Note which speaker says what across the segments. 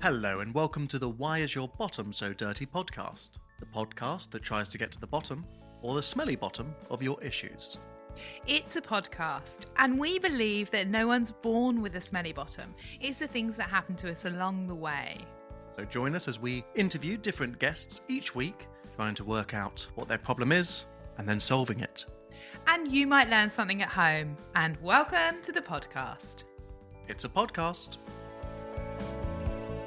Speaker 1: Hello, and welcome to the Why Is Your Bottom So Dirty podcast, the podcast that tries to get to the bottom, or the smelly bottom, of your issues.
Speaker 2: It's a podcast, and we believe that no one's born with a smelly bottom. It's the things that happen to us along the way.
Speaker 1: So join us as we interview different guests each week, trying to work out what their problem is and then solving it.
Speaker 2: And you might learn something at home. And welcome to the podcast.
Speaker 1: It's a podcast.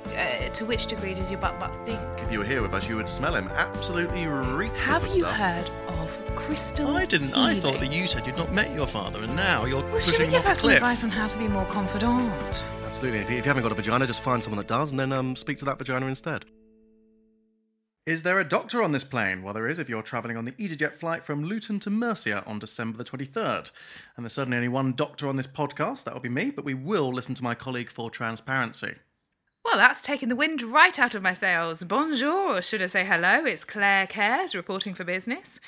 Speaker 2: Uh, to which degree does your butt butt stink?
Speaker 1: If you were here with us, you would smell him. Absolutely reeks
Speaker 2: Have
Speaker 1: of the
Speaker 2: you
Speaker 1: stuff.
Speaker 2: heard of crystal?
Speaker 1: I didn't. I
Speaker 2: healing?
Speaker 1: thought that you said you'd not met your father, and now you're
Speaker 2: Well, should
Speaker 1: pushing
Speaker 2: we
Speaker 1: him
Speaker 2: give
Speaker 1: off
Speaker 2: her
Speaker 1: a
Speaker 2: some
Speaker 1: cliff.
Speaker 2: advice on how to be more confidant?
Speaker 1: Absolutely. If you, if you haven't got a vagina, just find someone that does and then um, speak to that vagina instead. Is there a doctor on this plane? Well, there is if you're travelling on the EasyJet flight from Luton to Mercia on December the 23rd. And there's certainly only one doctor on this podcast, that will be me, but we will listen to my colleague for transparency.
Speaker 2: Well, that's taken the wind right out of my sails. Bonjour, or should I say hello? It's Claire Cares reporting for business.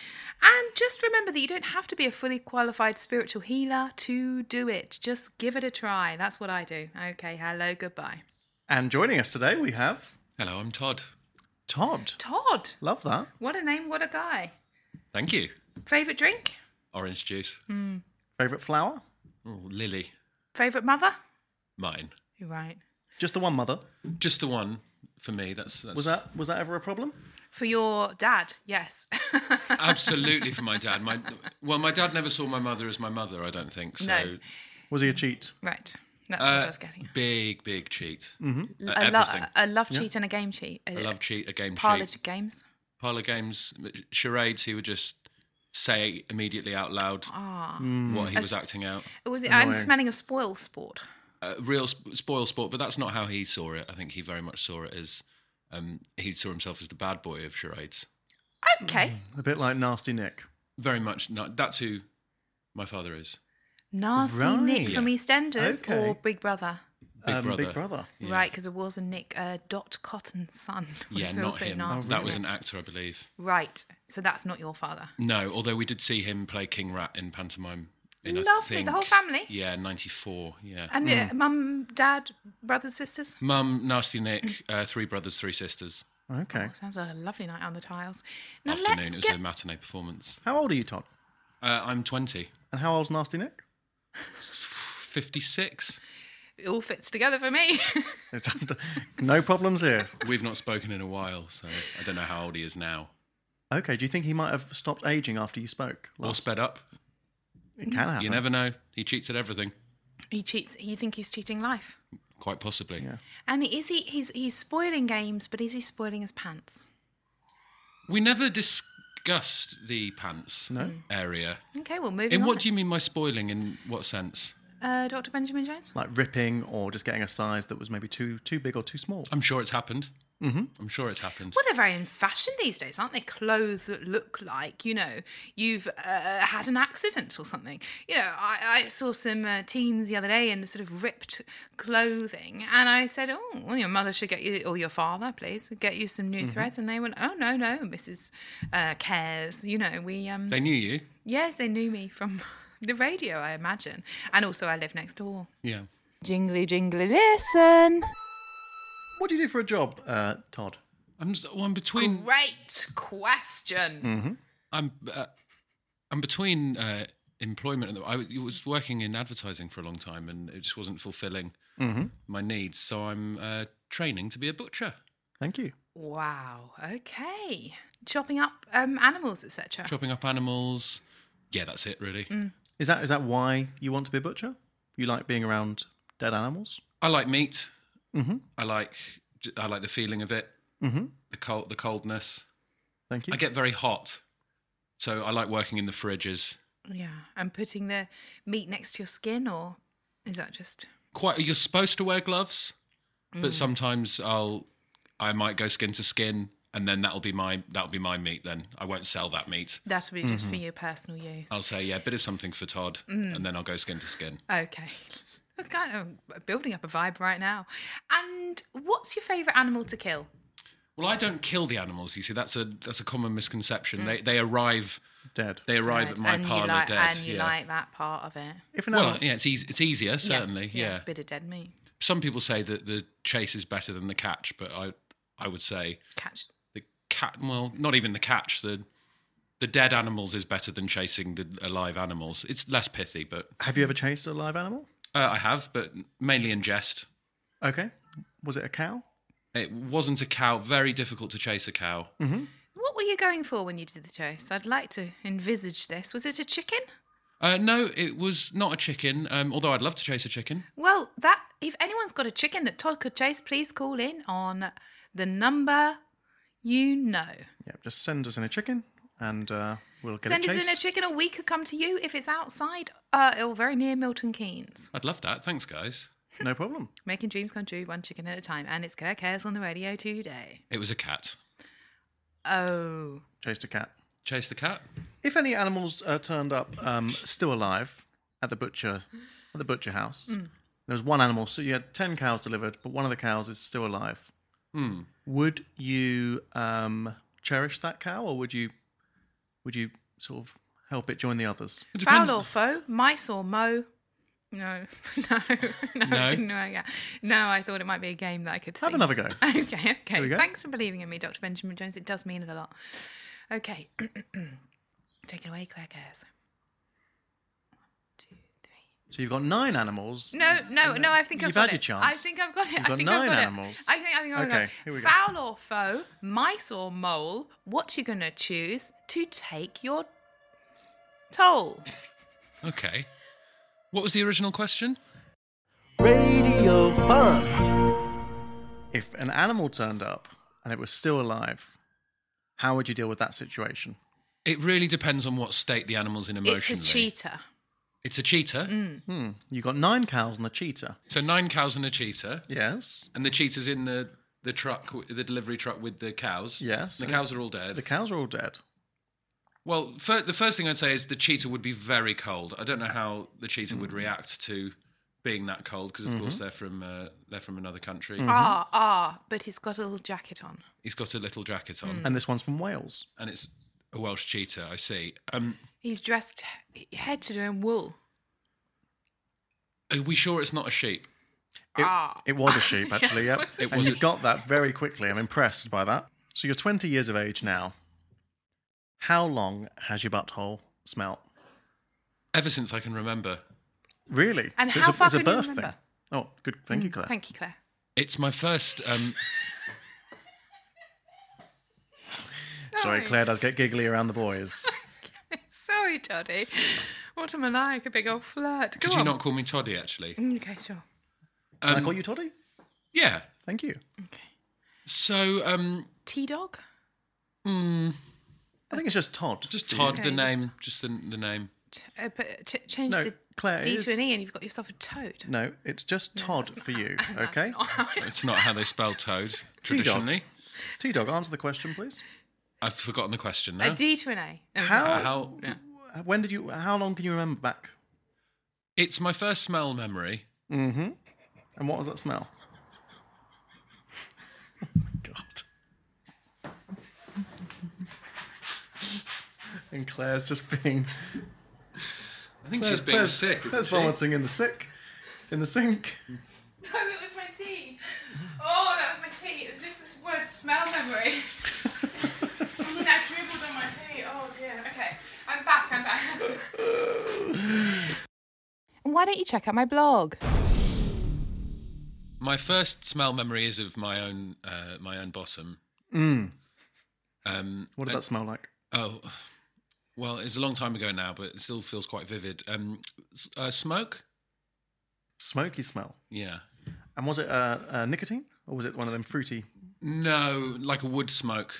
Speaker 2: And just remember that you don't have to be a fully qualified spiritual healer to do it. Just give it a try. That's what I do. Okay, hello, goodbye.
Speaker 1: And joining us today, we have
Speaker 3: Hello, I'm Todd.
Speaker 1: Todd.
Speaker 2: Todd,
Speaker 1: Love that.
Speaker 2: what a name, what a guy.
Speaker 3: Thank you.
Speaker 2: Favourite drink?
Speaker 3: Orange juice.
Speaker 2: Hmm.
Speaker 1: Favourite flower?
Speaker 3: Oh, Lily,
Speaker 2: Favourite mother?
Speaker 3: mine.
Speaker 2: You're right.
Speaker 1: Just the one mother.
Speaker 3: Just the one for me. That's, that's
Speaker 1: Was that was that ever a problem?
Speaker 2: For your dad, yes.
Speaker 3: absolutely for my dad. My well, my dad never saw my mother as my mother. I don't think so.
Speaker 2: No.
Speaker 1: Was he a cheat?
Speaker 2: right, that's
Speaker 3: Uh,
Speaker 2: what I was getting. at.
Speaker 3: Big, big cheat. Mm-hmm.
Speaker 2: A, uh, lo-
Speaker 3: everything.
Speaker 2: a love cheat and a game cheat.
Speaker 3: a love cheat, a game
Speaker 2: Parlour
Speaker 3: cheat,
Speaker 2: games.
Speaker 3: parlor games, charades. He would just say immediately out loud
Speaker 2: Ah.
Speaker 3: what he
Speaker 2: A
Speaker 3: was
Speaker 2: s-
Speaker 3: acting out.
Speaker 2: Was it, I'm
Speaker 1: Annoying.
Speaker 2: smelling a spoil sport.
Speaker 3: uh, real sp- spoil sport, but that's not how he saw it. I think he very much saw it as um, he saw himself as the bad boy of charades. Mm.
Speaker 2: Okay.
Speaker 1: A bit like Nasty Nick.
Speaker 3: Very much not. That's who my father is.
Speaker 2: Nasty
Speaker 1: Right.
Speaker 2: Nick from EastEnders
Speaker 1: Okay.
Speaker 2: or Big Brother.
Speaker 3: Big
Speaker 1: Um,
Speaker 3: brother.
Speaker 1: Big brother.
Speaker 2: Right, 'cause Right, because there was a Nick, uh, Dot Cotton's son. Was
Speaker 3: Yeah, not
Speaker 2: also
Speaker 3: him.
Speaker 2: Nasty
Speaker 3: That was
Speaker 2: Nick.
Speaker 3: an actor, I believe.
Speaker 2: Right, so that's not your father.
Speaker 3: No, although we did see him play King Rat in pantomime. In, I
Speaker 2: Lovely, the
Speaker 3: think-
Speaker 2: whole family?
Speaker 3: Yeah, '94. Yeah. Mm.
Speaker 2: And uh, mum, dad, brothers, sisters?
Speaker 3: Mum, Nasty Nick, uh, three brothers, three sisters.
Speaker 1: Okay.
Speaker 2: Oh, Sounds like a lovely night on the tiles. Now
Speaker 3: Afternoon. It
Speaker 2: let's
Speaker 3: was a
Speaker 2: get...
Speaker 3: matinee performance.
Speaker 1: How old are you, Todd?
Speaker 3: Uh, I'm 20,
Speaker 1: And how old's Nasty Nick?
Speaker 3: 56.
Speaker 2: It all fits together for me.
Speaker 1: It's- no problems here.
Speaker 3: We've not spoken in a while, so I don't know how old he is now.
Speaker 1: Okay, do you think he might have stopped aging after you spoke?
Speaker 3: Or
Speaker 1: last?
Speaker 3: sped up.
Speaker 1: It can happen.
Speaker 3: You never know. He cheats at everything,
Speaker 2: he cheats. You think he's cheating life?
Speaker 3: quite possibly.
Speaker 1: Yeah.
Speaker 2: And is he? He's he's spoiling games, but is he spoiling his pants?
Speaker 3: We never discussed the pants
Speaker 1: No.
Speaker 3: area.
Speaker 2: Okay, well moving
Speaker 3: In
Speaker 2: on.
Speaker 3: what do you mean by spoiling? In what sense?
Speaker 2: uh, Dr. Benjamin Jones?
Speaker 1: Like ripping or just getting a size that was maybe too too big or too small.
Speaker 3: I'm sure it's happened.
Speaker 1: Mm-hmm.
Speaker 3: I'm sure it's happened.
Speaker 2: Well, they're very in fashion these days, aren't they? Clothes that look like, you know, you've uh, had an accident or something. You know, I, I saw some uh, teens the other day in sort of ripped clothing, and I said, "Oh, well, your mother should get you, or your father, please, get you some new threads." And they went, "Oh no, no, Mrs. Uh, Cares, you know, we um,
Speaker 3: They knew you.
Speaker 2: yes, they knew me from the radio, I imagine, and also I live next door."
Speaker 3: Yeah.
Speaker 2: Jingly, jingly, listen.
Speaker 1: What do you do for a job, uh, Todd?
Speaker 3: I'm, s- well, I'm between.
Speaker 2: Great question.
Speaker 3: I'm. Uh, And between uh, employment, and the- I was working in advertising for a long time, and it just wasn't fulfilling
Speaker 1: Mm-hmm.
Speaker 3: my needs. So I'm uh, training to be a butcher,
Speaker 1: Thank you.
Speaker 2: Wow. Okay. Chopping up um, animals, etc.
Speaker 3: chopping up animals. Yeah, that's it, really.
Speaker 1: Is that is that why you want to be a butcher? You like being around dead animals?
Speaker 3: I like meat.
Speaker 1: Mm-hmm.
Speaker 3: I like I like the feeling of it,
Speaker 1: Mm-hmm.
Speaker 3: the cold, the coldness.
Speaker 1: Thank you.
Speaker 3: I get very hot, so I like working in the fridges.
Speaker 2: Yeah. And putting the meat next to your skin, or is that just?
Speaker 3: Quite, you're supposed to wear gloves,
Speaker 2: Mm.
Speaker 3: but sometimes I'll I might go skin to skin, and then that'll be my that'll be my meat. Then I won't sell that meat.
Speaker 2: That'll be just for your personal use.
Speaker 3: Mm-hmm. I'll say yeah, a bit of something for Todd,
Speaker 2: Mm.
Speaker 3: and then I'll go skin to skin.
Speaker 2: Okay. I'm kind of building up a vibe right now. And what's your favourite animal to kill?
Speaker 3: Well, I don't kill the animals. You see, that's a that's a common misconception. They they arrive
Speaker 1: dead.
Speaker 3: they arrive at
Speaker 2: Dead.
Speaker 3: my
Speaker 2: Mm. and
Speaker 3: parlour
Speaker 2: you like,
Speaker 3: dead.
Speaker 2: And you
Speaker 3: yeah.
Speaker 2: like that part of it.
Speaker 1: If an
Speaker 3: well,
Speaker 1: animal,
Speaker 3: yeah, it's easy, it's easier certainly.
Speaker 2: Yes,
Speaker 3: yeah,
Speaker 2: it's a bit of dead meat.
Speaker 3: some people say that the chase is better than the catch, but I I would say
Speaker 2: Catch.
Speaker 3: the cat well, not even the catch, the the dead animals is better than chasing the alive animals. It's less pithy, but
Speaker 1: have you ever chased a live animal?
Speaker 3: uh, I have, but mainly in jest.
Speaker 1: Okay. Was it a cow?
Speaker 3: It wasn't a cow. Very difficult to chase a cow.
Speaker 2: What were you going for when you did the chase? I'd like to envisage this. Was it a chicken?
Speaker 3: Uh, no, it was not a chicken. Um, although I'd love to chase a chicken.
Speaker 2: Well, that if anyone's got a chicken that Todd could chase, please call in on the number you know.
Speaker 1: Yeah. Just send us in a chicken, and uh, we'll get
Speaker 2: Send
Speaker 1: it
Speaker 2: us
Speaker 1: chased.
Speaker 2: in a chicken, or we could come to you if it's outside uh, or very near Milton Keynes.
Speaker 3: I'd love that. Thanks, guys.
Speaker 1: no problem.
Speaker 2: Making dreams come true, one chicken at a time, and it's Claire Chaos on the radio today.
Speaker 3: It was a cat.
Speaker 2: Oh,
Speaker 1: Chased a cat.
Speaker 3: Chase the cat.
Speaker 1: If any animals uh, turned up um, still alive at the butcher at the butcher house, there was one animal. So you had ten cows delivered, but one of the cows is still alive.
Speaker 4: Hmm.
Speaker 1: Would you um, cherish that cow, or would you would you sort of help it join the others?
Speaker 3: It
Speaker 2: foul
Speaker 3: depends-
Speaker 2: or foe, mice or mo. No, no, no,
Speaker 3: No?
Speaker 2: I didn't know. Yeah. No, I thought it might be a game that I could
Speaker 1: Have
Speaker 2: see.
Speaker 1: another go.
Speaker 2: Okay,
Speaker 1: we
Speaker 2: okay.
Speaker 1: go.
Speaker 2: Thanks for believing in me, Dr. Benjamin Jones. It does mean it a lot. Okay. Take it away, Claire Cares. One, two, three.
Speaker 1: So you've got nine animals.
Speaker 2: No, no, no, I think
Speaker 1: uh, You've
Speaker 2: I've got
Speaker 1: had your
Speaker 2: it.
Speaker 1: chance.
Speaker 2: I think I've got it.
Speaker 1: You've
Speaker 2: I
Speaker 1: got
Speaker 2: think
Speaker 1: nine
Speaker 2: I've got
Speaker 1: animals.
Speaker 2: It. I think I think I've got
Speaker 1: Okay,
Speaker 2: it.
Speaker 1: here we go.
Speaker 2: Foul or foe, mice or mole, what you gonna choose to take your toll?
Speaker 3: Okay. What was the original question?
Speaker 4: Radio Fun.
Speaker 1: If an animal turned up and it was still alive, how would you deal with that situation?
Speaker 3: It really depends on what state the animal's in
Speaker 2: It's a Mm.
Speaker 3: emotionally.
Speaker 2: cheetah.
Speaker 3: It's a cheetah.
Speaker 1: Hmm. You've got nine cows and the cheetah.
Speaker 3: So nine cows and a cheetah,
Speaker 1: Yes.
Speaker 3: and the cheetah's in the the truck, w- the delivery truck with the cows.
Speaker 1: Yes.
Speaker 3: the
Speaker 1: and it's-
Speaker 3: cows are all dead.
Speaker 1: The cows are all dead.
Speaker 3: well, fir- the first thing I'd say is the cheetah would be very cold. I don't know how the cheetah
Speaker 1: Mm.
Speaker 3: would react to being that cold because, of course,
Speaker 1: Mm-hmm.
Speaker 3: they're from uh, they're from another country.
Speaker 2: Ah, ah, but he's got a little jacket on.
Speaker 3: He's got a little jacket
Speaker 2: Hmm. Mm.
Speaker 3: on,
Speaker 1: And this one's from Wales.
Speaker 3: and it's a Welsh cheetah. I see. Um,
Speaker 2: He's dressed he- head to toe in wool.
Speaker 3: are we sure it's not a sheep?
Speaker 1: It,
Speaker 2: Ah.
Speaker 1: it was a sheep, actually. yep.
Speaker 3: It
Speaker 1: and
Speaker 3: was
Speaker 1: you've
Speaker 3: a-
Speaker 1: got that very quickly. I'm impressed by that. So you're 20 years of age now. How long has your butthole smelt?
Speaker 3: Ever since I can remember,
Speaker 1: Really?
Speaker 2: And
Speaker 1: So
Speaker 2: how
Speaker 1: it's a,
Speaker 2: far
Speaker 1: it's a
Speaker 2: can you
Speaker 1: birth thing.
Speaker 2: remember? Mm,
Speaker 1: Oh, good. Thank you, Claire.
Speaker 2: Thank you, Claire.
Speaker 3: it's my first. Um,
Speaker 1: Sorry, Claire does get giggly around the boys.
Speaker 2: Sorry, Toddy. What am I like? A big old flirt. Go
Speaker 3: could
Speaker 2: on.
Speaker 3: you not call me Toddy? Actually,
Speaker 2: Mm, Okay, sure.
Speaker 1: Can I
Speaker 3: Um,
Speaker 1: call you Toddy?
Speaker 3: yeah.
Speaker 1: Thank you.
Speaker 3: So, um,
Speaker 2: T Dog?
Speaker 3: mm,
Speaker 1: I think it's just Todd.
Speaker 3: just
Speaker 1: for you.
Speaker 3: Todd,
Speaker 2: Okay,
Speaker 3: the
Speaker 2: just-
Speaker 3: name, just the, the name.
Speaker 2: T- uh, but t- change
Speaker 1: No,
Speaker 2: the
Speaker 1: Claire, it
Speaker 2: D
Speaker 1: is-
Speaker 2: to an E and you've got yourself a toad.
Speaker 1: No, it's just Todd for you, okay?
Speaker 3: It's not how they spell toad traditionally.
Speaker 1: T Dog, answer the question, please.
Speaker 3: I've forgotten the question
Speaker 2: A
Speaker 3: now.
Speaker 2: D to an A. Oh,
Speaker 1: How-
Speaker 3: Uh, how?
Speaker 1: When did you? How long can you remember back?
Speaker 3: It's my first smell memory.
Speaker 1: Mm-hmm. And what was that smell? God. And Claire's just being
Speaker 3: I think
Speaker 1: Claire's,
Speaker 3: she's being
Speaker 1: Claire's,
Speaker 3: sick. Isn't
Speaker 1: Claire's
Speaker 3: she?
Speaker 1: vomiting in the sick, in the sink.
Speaker 2: No, it was my tea. Oh, that was my tea. It was just this word smell memory. I mean, I dribbled on my tea. Oh, dear. Okay. I'm back, I'm back. Why don't you check out my blog?
Speaker 3: My first smell memory is of my own uh, my own bottom.
Speaker 1: Mm.
Speaker 3: Um,
Speaker 1: What did that smell like?
Speaker 3: Oh, well, it's a long time ago now, but it still feels quite vivid. Um, s- uh, smoke?
Speaker 1: Smoky smell.
Speaker 3: Yeah.
Speaker 1: And was it uh, uh, nicotine or was it one of them fruity
Speaker 3: No, like a wood smoke,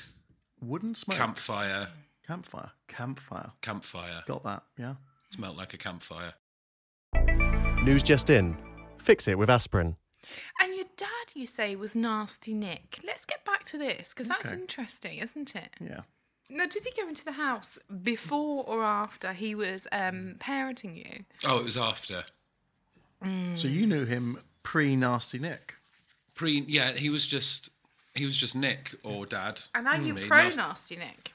Speaker 1: wooden smoke?
Speaker 3: campfire,
Speaker 1: Campfire. Campfire.
Speaker 3: campfire.
Speaker 1: Got that? Yeah.
Speaker 3: Smelt like a campfire.
Speaker 4: News just in. Fix it with aspirin.
Speaker 2: And your dad, you say, was Nasty Nick. Let's get back to this because that's
Speaker 1: Okay.
Speaker 2: interesting, isn't it?
Speaker 1: Yeah.
Speaker 2: Now, did he go into the house before or after he was um, parenting you?
Speaker 3: Oh, it was after.
Speaker 1: So you knew him pre Nasty Nick.
Speaker 3: Pre, yeah, he was just he was just Nick or Dad. Hmm.
Speaker 2: And are
Speaker 3: to
Speaker 2: you
Speaker 3: me.
Speaker 2: pro
Speaker 3: Nas-
Speaker 2: Nasty Nick?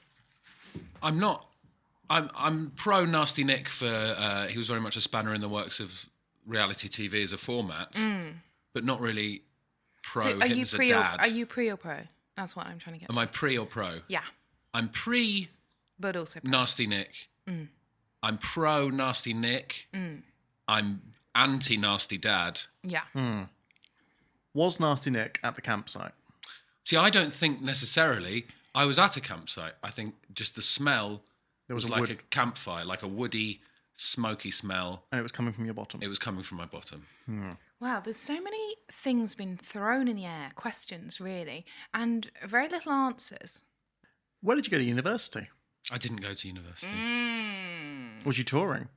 Speaker 3: I'm not. I'm I'm pro nasty Nick for uh, he was very much a spanner in the works of reality TV as a format, but not really pro
Speaker 2: Mm. so are
Speaker 3: him
Speaker 2: you
Speaker 3: as a
Speaker 2: pre or
Speaker 3: dad.
Speaker 2: are you pre or pro? That's what I'm trying to get.
Speaker 3: Am
Speaker 2: to.
Speaker 3: I pre or pro?
Speaker 2: Yeah,
Speaker 3: I'm pre
Speaker 2: but also pro.
Speaker 3: nasty Nick.
Speaker 2: Mm.
Speaker 3: I'm pro nasty Nick. I'm anti nasty dad.
Speaker 2: yeah.
Speaker 3: Hmm.
Speaker 1: Was Nasty Nick at the campsite?
Speaker 3: See, I don't think necessarily I was at a campsite. I think just the smell
Speaker 1: There was,
Speaker 3: was
Speaker 1: a
Speaker 3: like
Speaker 1: wood,
Speaker 3: a campfire, like a woody, smoky smell.
Speaker 1: and it was coming from your bottom. Hmm.
Speaker 3: It was coming from my bottom.
Speaker 2: Wow, there's so many things been thrown in the air, questions really, and very little answers.
Speaker 1: Where did you go to university?
Speaker 3: I didn't go to university.
Speaker 2: Mm.
Speaker 1: Was you touring?
Speaker 2: Uh,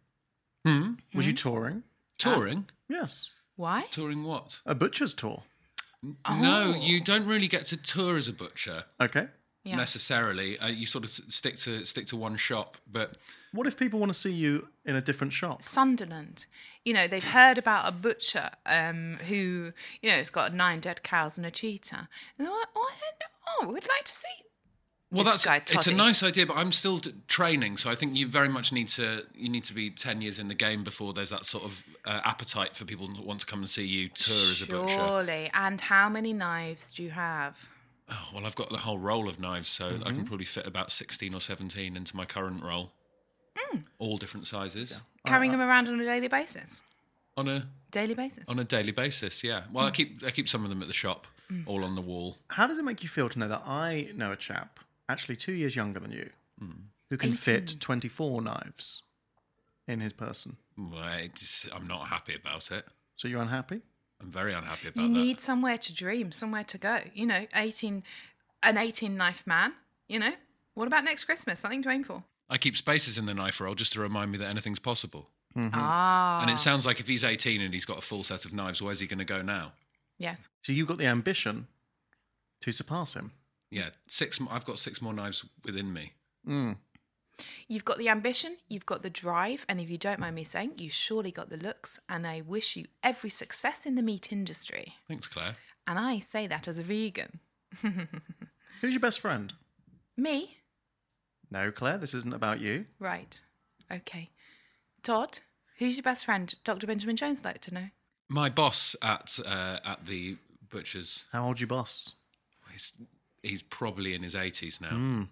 Speaker 3: Hmm?
Speaker 1: Was you touring?
Speaker 3: Touring?
Speaker 1: Yes.
Speaker 2: Why?
Speaker 3: Touring what?
Speaker 1: A butcher's tour.
Speaker 3: No,
Speaker 2: Oh.
Speaker 3: you don't really get to tour as a butcher
Speaker 1: Okay.
Speaker 2: Yeah.
Speaker 3: necessarily. Uh, you sort of s- stick to stick to one shop, but
Speaker 1: What if people want to see you in a different shop?
Speaker 2: Sunderland. You know, they've heard about a butcher um, who, you know, has got nine dead cows and a cheetah. And they're like, oh, I don't know. We'd like to see.
Speaker 3: well,
Speaker 2: This
Speaker 3: that's
Speaker 2: guy
Speaker 3: it's a
Speaker 2: Toddy.
Speaker 3: nice idea. But I'm still d- training, so I think you very much need to you need to be ten years in the game before there's that sort of uh, appetite for people that want to come and see you tour as a butcher.
Speaker 2: Surely. And how many knives do you have?
Speaker 3: Oh, well, I've got the whole roll of knives, so I can probably fit about sixteen or seventeen into my current roll,
Speaker 2: Mm.
Speaker 3: all different sizes
Speaker 2: Carrying them around on a daily basis.
Speaker 3: on a
Speaker 2: Daily basis.
Speaker 3: on a daily basis. Yeah. Well, I
Speaker 2: Mm.
Speaker 3: keep I keep some of them at the shop, all on the wall.
Speaker 1: How does it make you feel to know that I know a chap, actually two years younger than you,
Speaker 3: Hmm.
Speaker 1: who can fit 24 knives in his person?
Speaker 3: Well, it's, I'm not happy about it.
Speaker 1: So you're unhappy?
Speaker 3: I'm very unhappy about
Speaker 2: you
Speaker 3: that.
Speaker 2: need somewhere to dream, somewhere to go. You know, 18, an 18 knife man, you know. What about next Christmas? Something to aim for.
Speaker 3: I keep spaces in the knife roll just to remind me that anything's possible.
Speaker 1: Mm-hmm.
Speaker 2: Ah.
Speaker 3: Mm-hmm. And it sounds like if he's 18 and he's got a full set of knives, where's he going to go now?
Speaker 2: Yes.
Speaker 1: So you've got the ambition to surpass him.
Speaker 3: Yeah, six. m- I've got six more knives within me. Hmm.
Speaker 1: Mm.
Speaker 2: You've got the ambition, you've got the drive, and if you don't mind me saying, you surely got the looks. And I wish you every success in the meat industry.
Speaker 3: Thanks, Claire.
Speaker 2: And I say that as a vegan.
Speaker 1: Who's your best friend?
Speaker 2: Me?
Speaker 1: No, Claire, this isn't about you.
Speaker 2: Right. Okay. Todd, who's your best friend? Dr. Benjamin Jones like to know.
Speaker 3: My boss at uh, at the butcher's,
Speaker 1: How old's your boss?
Speaker 3: he's, he's probably in his 80s now.
Speaker 1: Hmm.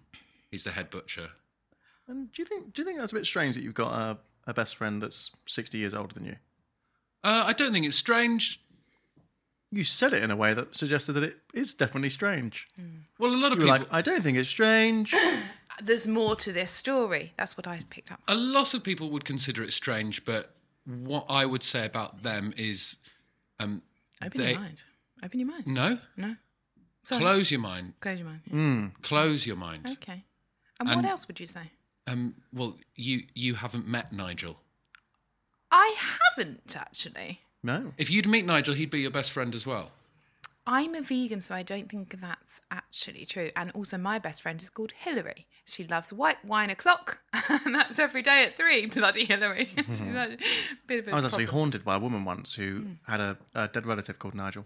Speaker 3: He's the head butcher.
Speaker 1: And do you think do you think that's a bit strange that you've got a, a best friend that's 60 years older than you?
Speaker 3: Uh, I don't think it's strange.
Speaker 1: You said it in a way that suggested that it is definitely strange.
Speaker 3: Mm. Well, a lot of
Speaker 1: You were
Speaker 3: people.
Speaker 1: like, I don't think it's strange.
Speaker 2: There's more to this story. That's what I picked up.
Speaker 3: A lot of people would consider it strange, but what I would say about them is, um,
Speaker 2: Open
Speaker 3: they-
Speaker 2: your mind. Open your mind.
Speaker 3: no,
Speaker 2: No. Sorry.
Speaker 3: close your mind,
Speaker 2: Close your mind.
Speaker 1: Mm.
Speaker 3: close your mind.
Speaker 2: Okay. And,
Speaker 3: And-
Speaker 2: what else would you say?
Speaker 3: Um, well, you you haven't met Nigel.
Speaker 2: I haven't actually.
Speaker 1: No.
Speaker 3: If you'd meet Nigel, he'd be your best friend as well.
Speaker 2: I'm a vegan, so I don't think that's actually true. And also, my best friend is called Hillary. She loves white wine o'clock, and that's every day at three. Bloody Hillary. She's a bit of a
Speaker 1: I was actually
Speaker 2: problem.
Speaker 1: haunted by a woman once who
Speaker 3: Mm.
Speaker 1: had a, a dead relative called Nigel.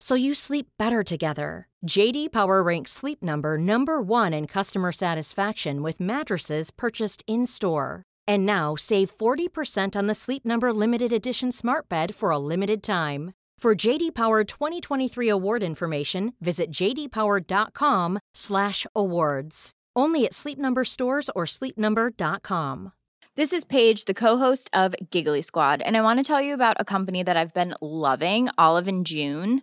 Speaker 5: so you sleep better together. JD Power ranks Sleep Number number 1 in customer satisfaction with mattresses purchased in-store. And now save 40% on the Sleep Number limited edition Smart Bed for a limited time. For JD Power 2023 award information, visit jdpower.com/awards. Only at Sleep Number stores or sleepnumber.com.
Speaker 6: This is Paige, the co-host of Giggly Squad, and I want to tell you about a company that I've been loving, Olive and June.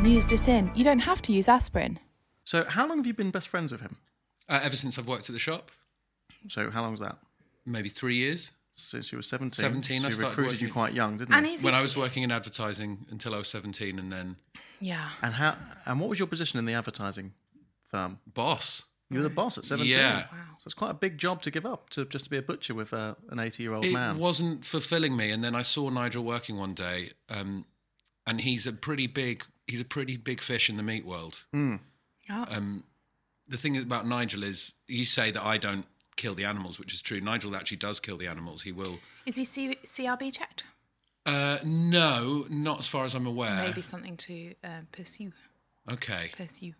Speaker 2: News just in. You don't have to use aspirin.
Speaker 1: So, how long have you been best friends with him?
Speaker 3: Uh, ever since I've worked at the shop,
Speaker 1: So, how long was that?
Speaker 3: maybe three years.
Speaker 1: Since you were 17?
Speaker 3: 17,
Speaker 1: so
Speaker 3: I
Speaker 1: he
Speaker 3: started
Speaker 1: recruited
Speaker 3: working-
Speaker 1: you quite young, didn't
Speaker 2: And
Speaker 1: he?
Speaker 2: he's
Speaker 3: When I was working in advertising until I was 17 and then
Speaker 2: Yeah.
Speaker 1: And, how, and what was your position in the advertising firm?
Speaker 3: boss.
Speaker 1: You were the boss at 17.
Speaker 3: Yeah.
Speaker 2: Wow.
Speaker 1: So it's quite a big job to give up to just to be a butcher with uh, an 80 year old
Speaker 3: it
Speaker 1: man.
Speaker 3: wasn't fulfilling me. And then I saw Nigel working one day, um, and he's a pretty big he's a pretty big fish in the meat world.
Speaker 1: Mm.
Speaker 2: Yeah.
Speaker 3: Um, the thing about Nigel is you say that I don't kill the animals, which is true. Nigel actually does kill the animals. He will.
Speaker 2: Is he C- CRB checked?
Speaker 3: Uh, no, not as far as I'm aware.
Speaker 2: Maybe something to uh, pursue.
Speaker 3: Okay.
Speaker 2: pursue.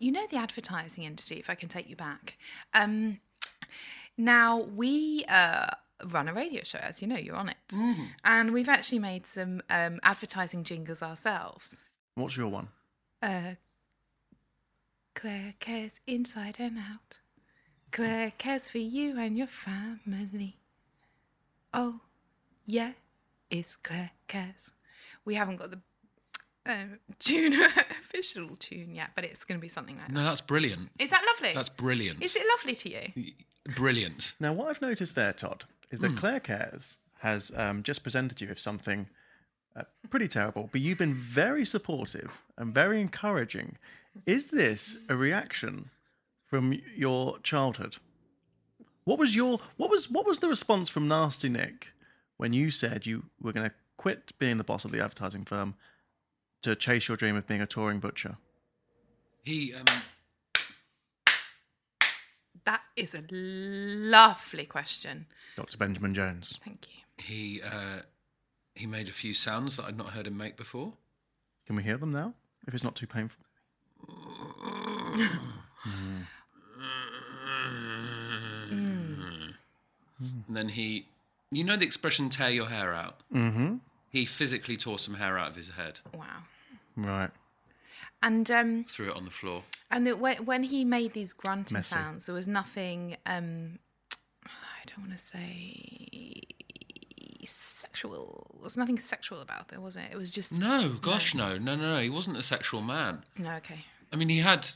Speaker 2: You know the advertising industry, if I can take you back. Um, now, we uh, run a radio show, as you know, you're on it. And we've actually made some um, advertising jingles ourselves.
Speaker 1: What's your one?
Speaker 2: Uh, Claire cares inside and out. Claire cares for you and your family. Oh, yeah, it's Claire cares. We haven't got the um, tune official tune yet, but it's going to be something like
Speaker 3: No, that's brilliant.
Speaker 2: that. Is that lovely?
Speaker 3: That's brilliant.
Speaker 2: Is it lovely to you?
Speaker 3: brilliant?
Speaker 1: Now, what I've noticed there, Todd, is that Claire Cares has um, just presented you with something uh, pretty terrible, but you've been very supportive and very encouraging. Is this a reaction from your childhood? What was your what was what was the response from Nasty Nick when you said you were going to quit being the boss of the advertising firm to chase your dream of being a touring butcher?
Speaker 3: He. Um,
Speaker 2: That is a lovely question.
Speaker 1: Dr. Benjamin Jones.
Speaker 2: Thank you.
Speaker 3: he uh, he made a few sounds that I'd not heard him make before.
Speaker 1: Can we hear them now? If it's not too painful.
Speaker 3: And then he, you know, the expression "tear your hair out."
Speaker 1: Mm-hmm.
Speaker 3: He physically tore some hair out of his head,
Speaker 2: Wow.
Speaker 1: Right.
Speaker 2: And um,
Speaker 3: threw it on the floor.
Speaker 2: And it, when, when he made these grunting
Speaker 1: Messy.
Speaker 2: sounds, there was nothing, um, I don't want to say sexual. There was nothing sexual about it, wasn't it? It was just.
Speaker 3: No, gosh, no, no, no, no. He wasn't a sexual man.
Speaker 2: No, okay.
Speaker 3: I mean, he had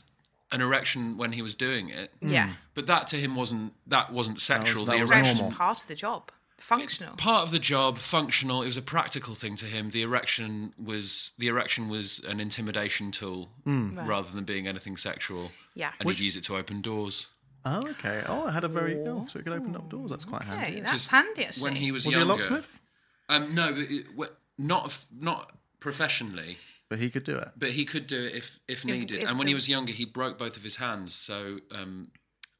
Speaker 3: an erection when he was doing it,
Speaker 2: Yeah.
Speaker 3: but that to him wasn't that wasn't
Speaker 1: was-
Speaker 3: sexual.
Speaker 1: Mm. that
Speaker 3: the
Speaker 1: was
Speaker 3: erection,
Speaker 2: Erection's
Speaker 1: normal.
Speaker 2: part of the job. Functional.
Speaker 3: part of the job, functional. It was a practical thing to him. The erection was the erection was an intimidation tool
Speaker 1: Mm.
Speaker 2: Right.
Speaker 3: rather than being anything sexual.
Speaker 2: Yeah.
Speaker 3: and he'd use it to open doors.
Speaker 1: Oh, okay. Oh, I had a very oh, so it could open up doors. That's quite
Speaker 2: Okay,
Speaker 1: handy.
Speaker 2: that's
Speaker 3: 'Cause
Speaker 2: handy actually.
Speaker 3: When he was,
Speaker 1: Was, he a
Speaker 3: younger,
Speaker 1: locksmith?
Speaker 3: Um, no, but it, w- not f- not professionally,
Speaker 1: But he could do it.
Speaker 3: but he could do it if if
Speaker 2: If-
Speaker 3: needed.
Speaker 2: if
Speaker 3: and when he
Speaker 2: the-
Speaker 3: was younger, he broke both of his hands. So um,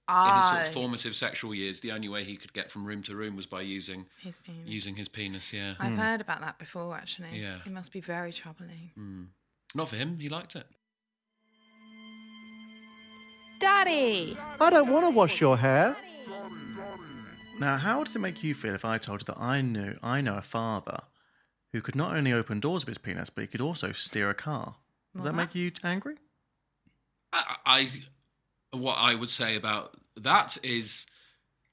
Speaker 3: in his
Speaker 2: ah,
Speaker 3: sort of formative sexual years, the only way he could get from room to room was by using
Speaker 2: his penis.
Speaker 3: using his penis. Yeah,
Speaker 2: I've heard about that before actually.
Speaker 3: Yeah.
Speaker 2: It must be very troubling.
Speaker 3: not for him. He liked it.
Speaker 2: Daddy.
Speaker 4: I don't want to wash your hair.
Speaker 1: Now, how does it make you feel if I told you that I knew I know a father who could not only open doors with his penis, but he could also steer a car? Does
Speaker 2: Well,
Speaker 1: that make
Speaker 2: that's-
Speaker 1: you angry?
Speaker 3: I, I what I would say about that is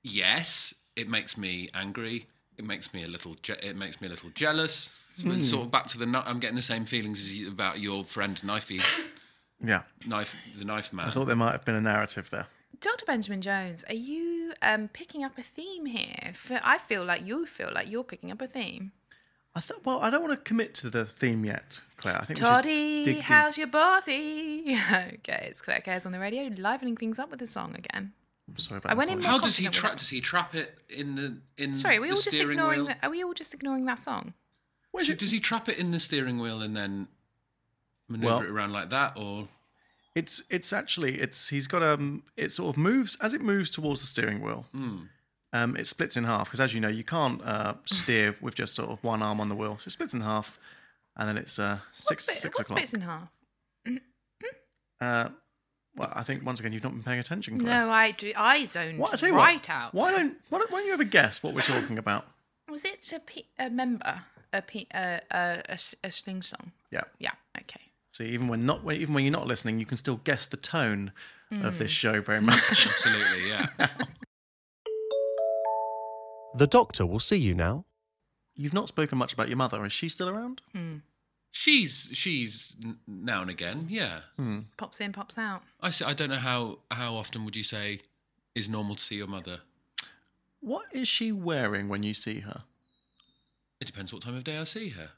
Speaker 3: yes, it makes me angry. It makes me a little. Je- it makes me a little jealous. So
Speaker 1: Hmm.
Speaker 3: it's sort of back to the. kni- I'm getting the same feelings as you, about your friend knifey
Speaker 1: Yeah.
Speaker 3: knife the knife man.
Speaker 1: I thought there might have been a narrative there.
Speaker 2: Dr. Benjamin Jones, are you um, picking up a theme here? F- I feel like you feel like you're picking up a theme.
Speaker 1: I thought, well, I don't want to commit to the theme yet, Claire. I think we should dig
Speaker 2: Toddy,
Speaker 1: deep.
Speaker 2: how's your body? okay, it's Claire Cares on the radio, livening things up with a song again.
Speaker 1: I'm sorry about
Speaker 2: I went
Speaker 1: that,
Speaker 2: in
Speaker 1: Claire.
Speaker 3: How does he
Speaker 2: confident with
Speaker 3: trap?
Speaker 2: it.
Speaker 3: Does he trap it in the
Speaker 1: Mm,
Speaker 3: in?
Speaker 2: Sorry, are we
Speaker 3: the
Speaker 2: all just
Speaker 3: steering
Speaker 2: ignoring?
Speaker 3: wheel?
Speaker 2: The, are we all just ignoring that song?
Speaker 1: What is
Speaker 3: So
Speaker 1: it?
Speaker 3: does he trap it in the steering wheel and then maneuver
Speaker 1: Well-
Speaker 3: it around like that, or
Speaker 1: It's it's actually it's he's got um it sort of moves as it moves towards the steering wheel.
Speaker 3: Hmm.
Speaker 1: Um, it splits in half because as you know you can't uh, steer with just sort of one arm on the wheel. So it splits in half, and then it's uh six
Speaker 2: what's
Speaker 1: six
Speaker 2: what's
Speaker 1: o'clock.
Speaker 2: bits in half?
Speaker 1: Uh, well, I think once again you've not been paying attention. Claire.
Speaker 2: No, I do. I zoned
Speaker 1: What- I tell you what,
Speaker 2: right out.
Speaker 1: Why don't, why don't why don't you ever guess what we're talking about?
Speaker 2: Was it a, pe- a member? A pe- a a a, sh- a sling song?
Speaker 1: Yeah.
Speaker 2: Yeah. Okay.
Speaker 1: See, even when not when- even when you're not listening, you can still guess the tone of
Speaker 2: Hmm.
Speaker 1: this show very much.
Speaker 3: absolutely, yeah.
Speaker 4: The doctor will see you now.
Speaker 1: You've not spoken much about your mother. Is she still around?
Speaker 3: she's she's n- now and again, yeah.
Speaker 1: Hmm.
Speaker 2: Pops in, pops out.
Speaker 3: I s- I don't know how how often would you say is normal to see your mother?
Speaker 1: What is she wearing when you see her?
Speaker 3: It depends what time of day I see her.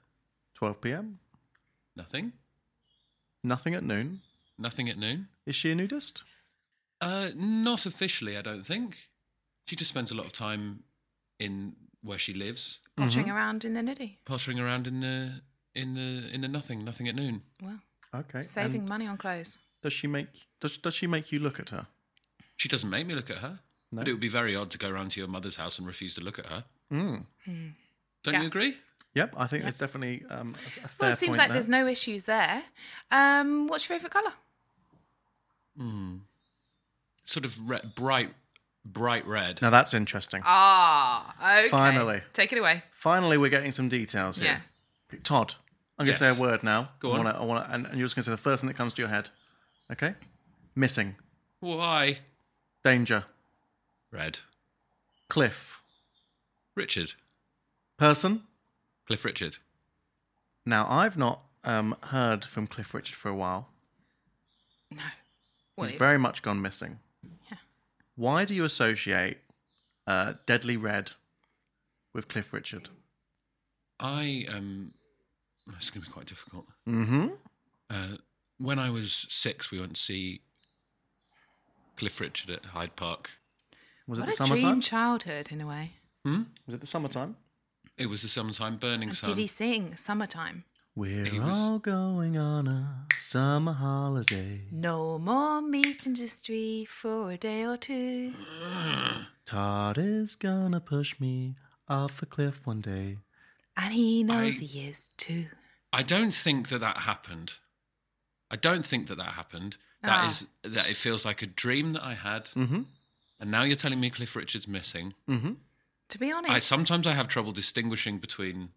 Speaker 1: 12 p.m.
Speaker 3: Nothing.
Speaker 1: Nothing at noon.
Speaker 3: Nothing at noon.
Speaker 1: Is she a nudist?
Speaker 3: Uh, not officially, I don't think. She just spends a lot of time in where she lives,
Speaker 2: Pottering
Speaker 1: Mm-hmm.
Speaker 2: around in the nudie.
Speaker 3: pottering around in the in the in the nothing, nothing at noon.
Speaker 2: Well,
Speaker 1: Okay.
Speaker 2: saving
Speaker 1: and
Speaker 2: money on clothes.
Speaker 1: Does she make does does she make you look at her?
Speaker 3: She doesn't make me look at her.
Speaker 1: No.
Speaker 3: But it would be very odd to go round to your mother's house and refuse to look at her.
Speaker 1: Mm.
Speaker 3: Don't
Speaker 2: Yeah.
Speaker 3: you agree?
Speaker 1: Yep. I think there's definitely um. a- A, fair
Speaker 2: Well, it seems
Speaker 1: point
Speaker 2: like
Speaker 1: there.
Speaker 2: there's no issues there. Um, what's your favourite colour?
Speaker 3: Hmm. Sort of re- bright, bright red.
Speaker 1: Now that's interesting.
Speaker 2: Ah, okay.
Speaker 1: Finally.
Speaker 2: Take it away.
Speaker 1: Finally, we're getting some details here. Todd, I'm going
Speaker 3: Yes.
Speaker 1: to say a word now.
Speaker 3: Go
Speaker 1: I
Speaker 3: on.
Speaker 1: Wanna, I wanna, and, and you're just going to say the first thing that comes to your head. Okay. Missing.
Speaker 3: Why?
Speaker 1: Danger.
Speaker 3: Red.
Speaker 1: Cliff.
Speaker 3: Richard.
Speaker 1: Person.
Speaker 3: Cliff Richard.
Speaker 1: Now I've not um, heard from Cliff Richard for a while.
Speaker 2: No. What
Speaker 1: He's
Speaker 2: is-
Speaker 1: very much gone missing.
Speaker 2: Yeah.
Speaker 1: Why do you associate uh, Deadly Red with Cliff Richard?
Speaker 3: I um, it's going to be quite difficult.
Speaker 1: Mm-hmm.
Speaker 3: Uh, when I was six, we went to see Cliff Richard at Hyde Park.
Speaker 1: Was
Speaker 2: what
Speaker 1: it the
Speaker 2: a
Speaker 1: summertime?
Speaker 2: dream childhood in a way.
Speaker 3: Hmm?
Speaker 1: Was it the summertime?
Speaker 3: It was the summertime burning
Speaker 2: And
Speaker 3: sun.
Speaker 2: did he sing "Summertime"?
Speaker 1: We're
Speaker 3: He was-
Speaker 1: all going on a summer holiday.
Speaker 2: No more meat industry for a day or two.
Speaker 1: Todd is gonna push me off a cliff one day.
Speaker 2: And he knows
Speaker 3: I-
Speaker 2: he is too.
Speaker 3: I don't think that that happened. I don't think that that happened. That
Speaker 2: Ah.
Speaker 3: is that it feels like a dream that I had,
Speaker 1: Mm-hmm.
Speaker 3: and now you're telling me Cliff Richard's missing.
Speaker 1: Mm-hmm.
Speaker 2: To be honest,
Speaker 3: I sometimes I have trouble distinguishing between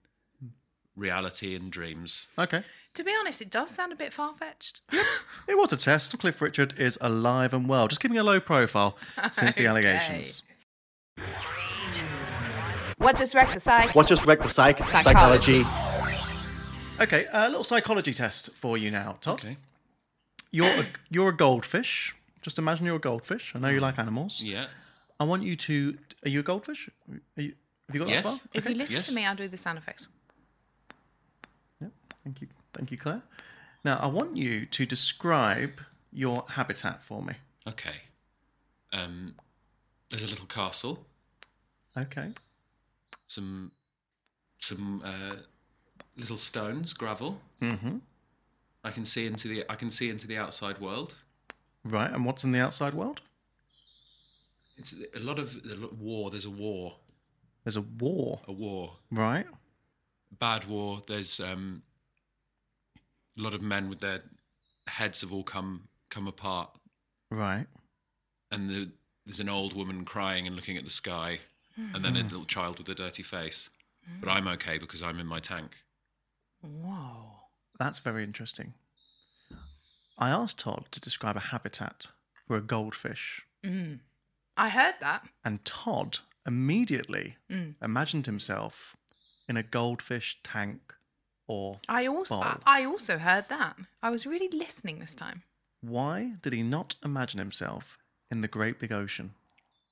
Speaker 3: reality and dreams.
Speaker 1: Okay.
Speaker 2: to be honest, it does sound a bit far fetched.
Speaker 1: It was a test. Cliff Richard is alive and well, just keeping a low profile since the
Speaker 2: Okay.
Speaker 1: allegations.
Speaker 7: What just wrecked the psych?
Speaker 4: What just wrecked the psych?
Speaker 7: Psychology.
Speaker 1: Okay, a little psychology test for you now, Todd.
Speaker 3: Okay.
Speaker 1: You're a, you're a goldfish. Just imagine you're a goldfish. I know you like animals.
Speaker 3: Yeah.
Speaker 1: I want you to. Are you a goldfish? Are you, have you got
Speaker 3: Yes.
Speaker 1: that far?
Speaker 2: if you listen
Speaker 3: yes.
Speaker 2: to me, I'll do the sound effects.
Speaker 1: Yeah. Thank you, thank you, Claire. Now I want you to describe your habitat for me.
Speaker 3: Okay. Um, there's a little castle,
Speaker 1: Okay.
Speaker 3: some some uh, little stones, gravel.
Speaker 1: Mm-hmm.
Speaker 3: I can see into the I can see into the outside world.
Speaker 1: Right. And what's in the outside world?
Speaker 3: It's a lot of a lot of war. There's a war,
Speaker 1: There's a war.
Speaker 3: a war,
Speaker 1: Right.
Speaker 3: bad war. There's um, a lot of men with their heads have all come come apart.
Speaker 1: Right.
Speaker 3: and the, there's an old woman crying and looking at the sky, and then a
Speaker 1: Mm.
Speaker 3: little child with a dirty face. But I'm okay because I'm in my tank.
Speaker 2: Whoa.
Speaker 1: That's very interesting. I asked Todd to describe a habitat for a goldfish,
Speaker 2: Mm. I heard that.
Speaker 1: and Todd immediately
Speaker 2: Mm.
Speaker 1: imagined himself in a goldfish tank or
Speaker 2: I also I,
Speaker 1: bowl.
Speaker 2: I also heard that. I was really listening this time.
Speaker 1: Why did he not imagine himself in the great big ocean?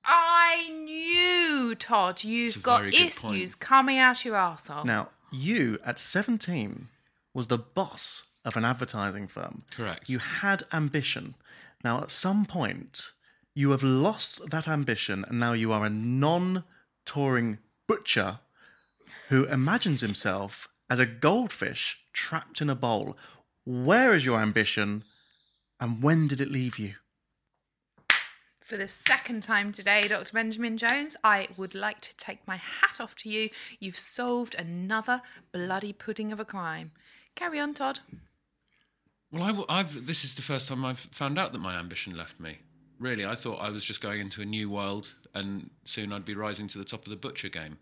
Speaker 2: I knew, Todd,
Speaker 3: It's a
Speaker 2: you've got
Speaker 3: very good
Speaker 2: issues
Speaker 3: point.
Speaker 2: coming out your arsehole.
Speaker 1: Now, you at 17 was the boss of an advertising firm.
Speaker 3: Correct.
Speaker 1: You had ambition. Now, at some point, you have lost that ambition, and now you are a non touring butcher who imagines himself as a goldfish trapped in a bowl. Where is your ambition, and when did it leave you?
Speaker 2: For the second time today, Dr. Benjamin Jones, I would like to take my hat off to you. You've solved another bloody pudding of a crime. Carry on, Todd.
Speaker 3: Well, I, w- I've this is the first time I've found out that my ambition left me. Really, I thought I was just going into a new world, and soon I'd be rising to the top of the butcher game.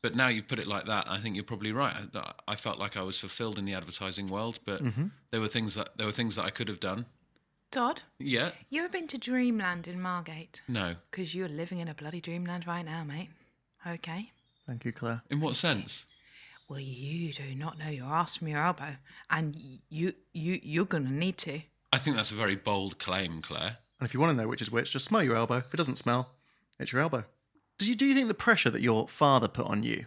Speaker 3: But now you put it like that, I think you're probably right. I, I felt like I was fulfilled in the advertising world, but there were things that there were things that I could have done.
Speaker 2: Todd,
Speaker 3: Yeah,
Speaker 2: you ever been to Dreamland in Margate?
Speaker 3: no.
Speaker 2: Because you're living in a bloody dreamland right now, mate. Okay.
Speaker 1: Thank you, Claire.
Speaker 3: In what sense?
Speaker 2: Well, you do not know your ass from your elbow, and y- you you you're gonna need to.
Speaker 3: I think that's a very bold claim, Claire.
Speaker 1: And if you want to know which is which, just smell your elbow. If it doesn't smell, it's your elbow. Do you do you think the pressure that your father put on you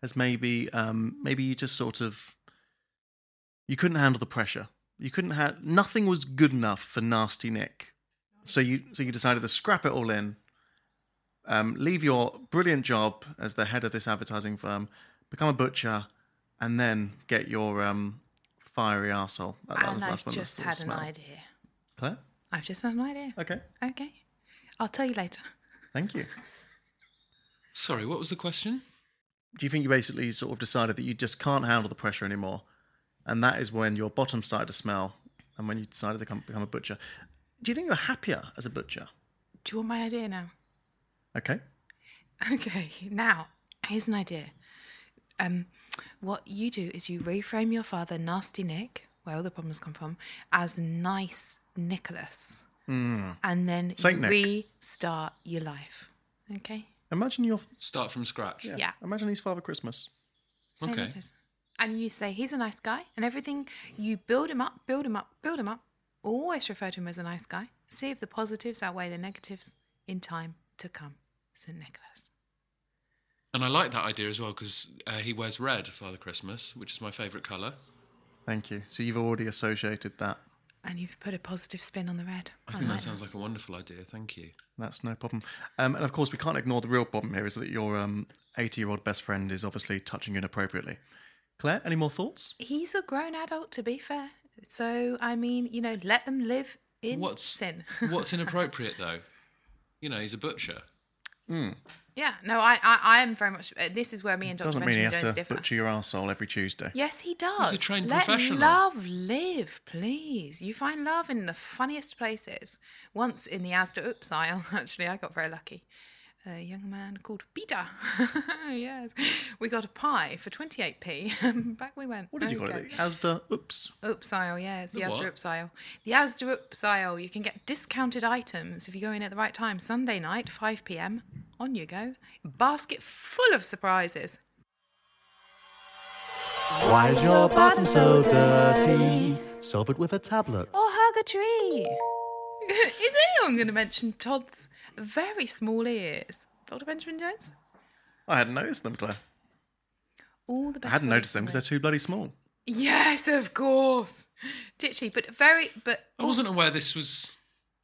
Speaker 1: has maybe um, maybe you just sort of you couldn't handle the pressure. You couldn't have nothing was good enough for nasty Nick. So you so you decided to scrap it all in, um, leave your brilliant job as the head of this advertising firm, become a butcher, and then get your um, fiery arsehole. That- that was-
Speaker 2: and
Speaker 1: that's
Speaker 2: I've
Speaker 1: when the
Speaker 2: just
Speaker 1: sort
Speaker 2: had
Speaker 1: of
Speaker 2: an
Speaker 1: smell.
Speaker 2: idea.
Speaker 1: Claire,
Speaker 2: I've just had an idea.
Speaker 1: okay,
Speaker 2: Okay, I'll tell you later.
Speaker 1: thank you.
Speaker 3: Sorry, what was the question?
Speaker 1: do you think you basically sort of decided that you just can't handle the pressure anymore? And that is when your bottom started to smell and when you decided to come, become a butcher. Do you think you're happier as a butcher?
Speaker 2: Do you want my idea now?
Speaker 1: Okay.
Speaker 2: Okay, now here's an idea. Um, what you do is you reframe your father, Nasty Nick, where all the problems come from, as Nice Nicholas, and then
Speaker 1: Saint Nick.
Speaker 2: restart your life. Okay,
Speaker 1: Imagine your.
Speaker 3: Start from scratch.
Speaker 1: Yeah.
Speaker 2: Yeah.
Speaker 1: Imagine he's Father Christmas.
Speaker 2: Saint
Speaker 3: Okay.
Speaker 2: Nicholas. And you say he's a nice guy, and everything you build him up, build him up, build him up. Always refer to him as a nice guy. See if the positives outweigh the negatives in time to come. Saint Nicholas.
Speaker 3: And I like that idea as well because uh, he wears red, Father Christmas, which is my favourite colour.
Speaker 1: Thank you. So you've already associated that.
Speaker 2: And you've put a positive spin on the red.
Speaker 3: I think that sounds like a wonderful idea. Thank you.
Speaker 1: That's no problem. Um, and of course, we can't ignore the real problem here is that your 80 year old best friend is obviously touching you inappropriately. Claire, any more thoughts?
Speaker 2: He's a grown adult, to be fair. So I mean, you know, let them live in
Speaker 3: what's
Speaker 2: sin.
Speaker 3: what's inappropriate though? You know, he's a butcher.
Speaker 1: Mm.
Speaker 2: yeah. No, I, I, I am very much. Uh, this is where me and Doctor
Speaker 1: Doesn't mean he
Speaker 2: Benjamin
Speaker 1: has
Speaker 2: Jones
Speaker 1: to
Speaker 2: differ.
Speaker 1: butcher your arsehole every Tuesday.
Speaker 2: Yes, he does.
Speaker 3: trained
Speaker 2: Let
Speaker 3: professional.
Speaker 2: love live, please. You find love in the funniest places. Once in the Asda Oops aisle, actually, I got very lucky. A young man called Peter. yes, we got a pie for twenty-eight p. Back we went.
Speaker 1: What did you
Speaker 2: There
Speaker 1: call
Speaker 2: we
Speaker 1: it?
Speaker 2: go.
Speaker 1: The Asda. Oops.
Speaker 2: Oops aisle, yeah, it's the,
Speaker 3: The
Speaker 2: Asda
Speaker 3: what?
Speaker 2: Oops aisle. The Asda Oops aisle, you can get discounted items if you go in at the right time. Sunday night, 5 pm, on you go. Basket full of surprises.
Speaker 4: Why is your bottom so dirty? Solve it with a tablet.
Speaker 1: Oh,
Speaker 7: Or hug a tree.
Speaker 2: Is anyone going to mention Todd's very small ears? Dr. Benjamin Jones?
Speaker 1: I hadn't noticed them, Claire.
Speaker 2: All the
Speaker 1: I
Speaker 2: best.
Speaker 1: hadn't noticed them
Speaker 2: them
Speaker 1: because they're too bloody small.
Speaker 2: Yes, of course. Titchy, but very. but
Speaker 3: I wasn't aware this was.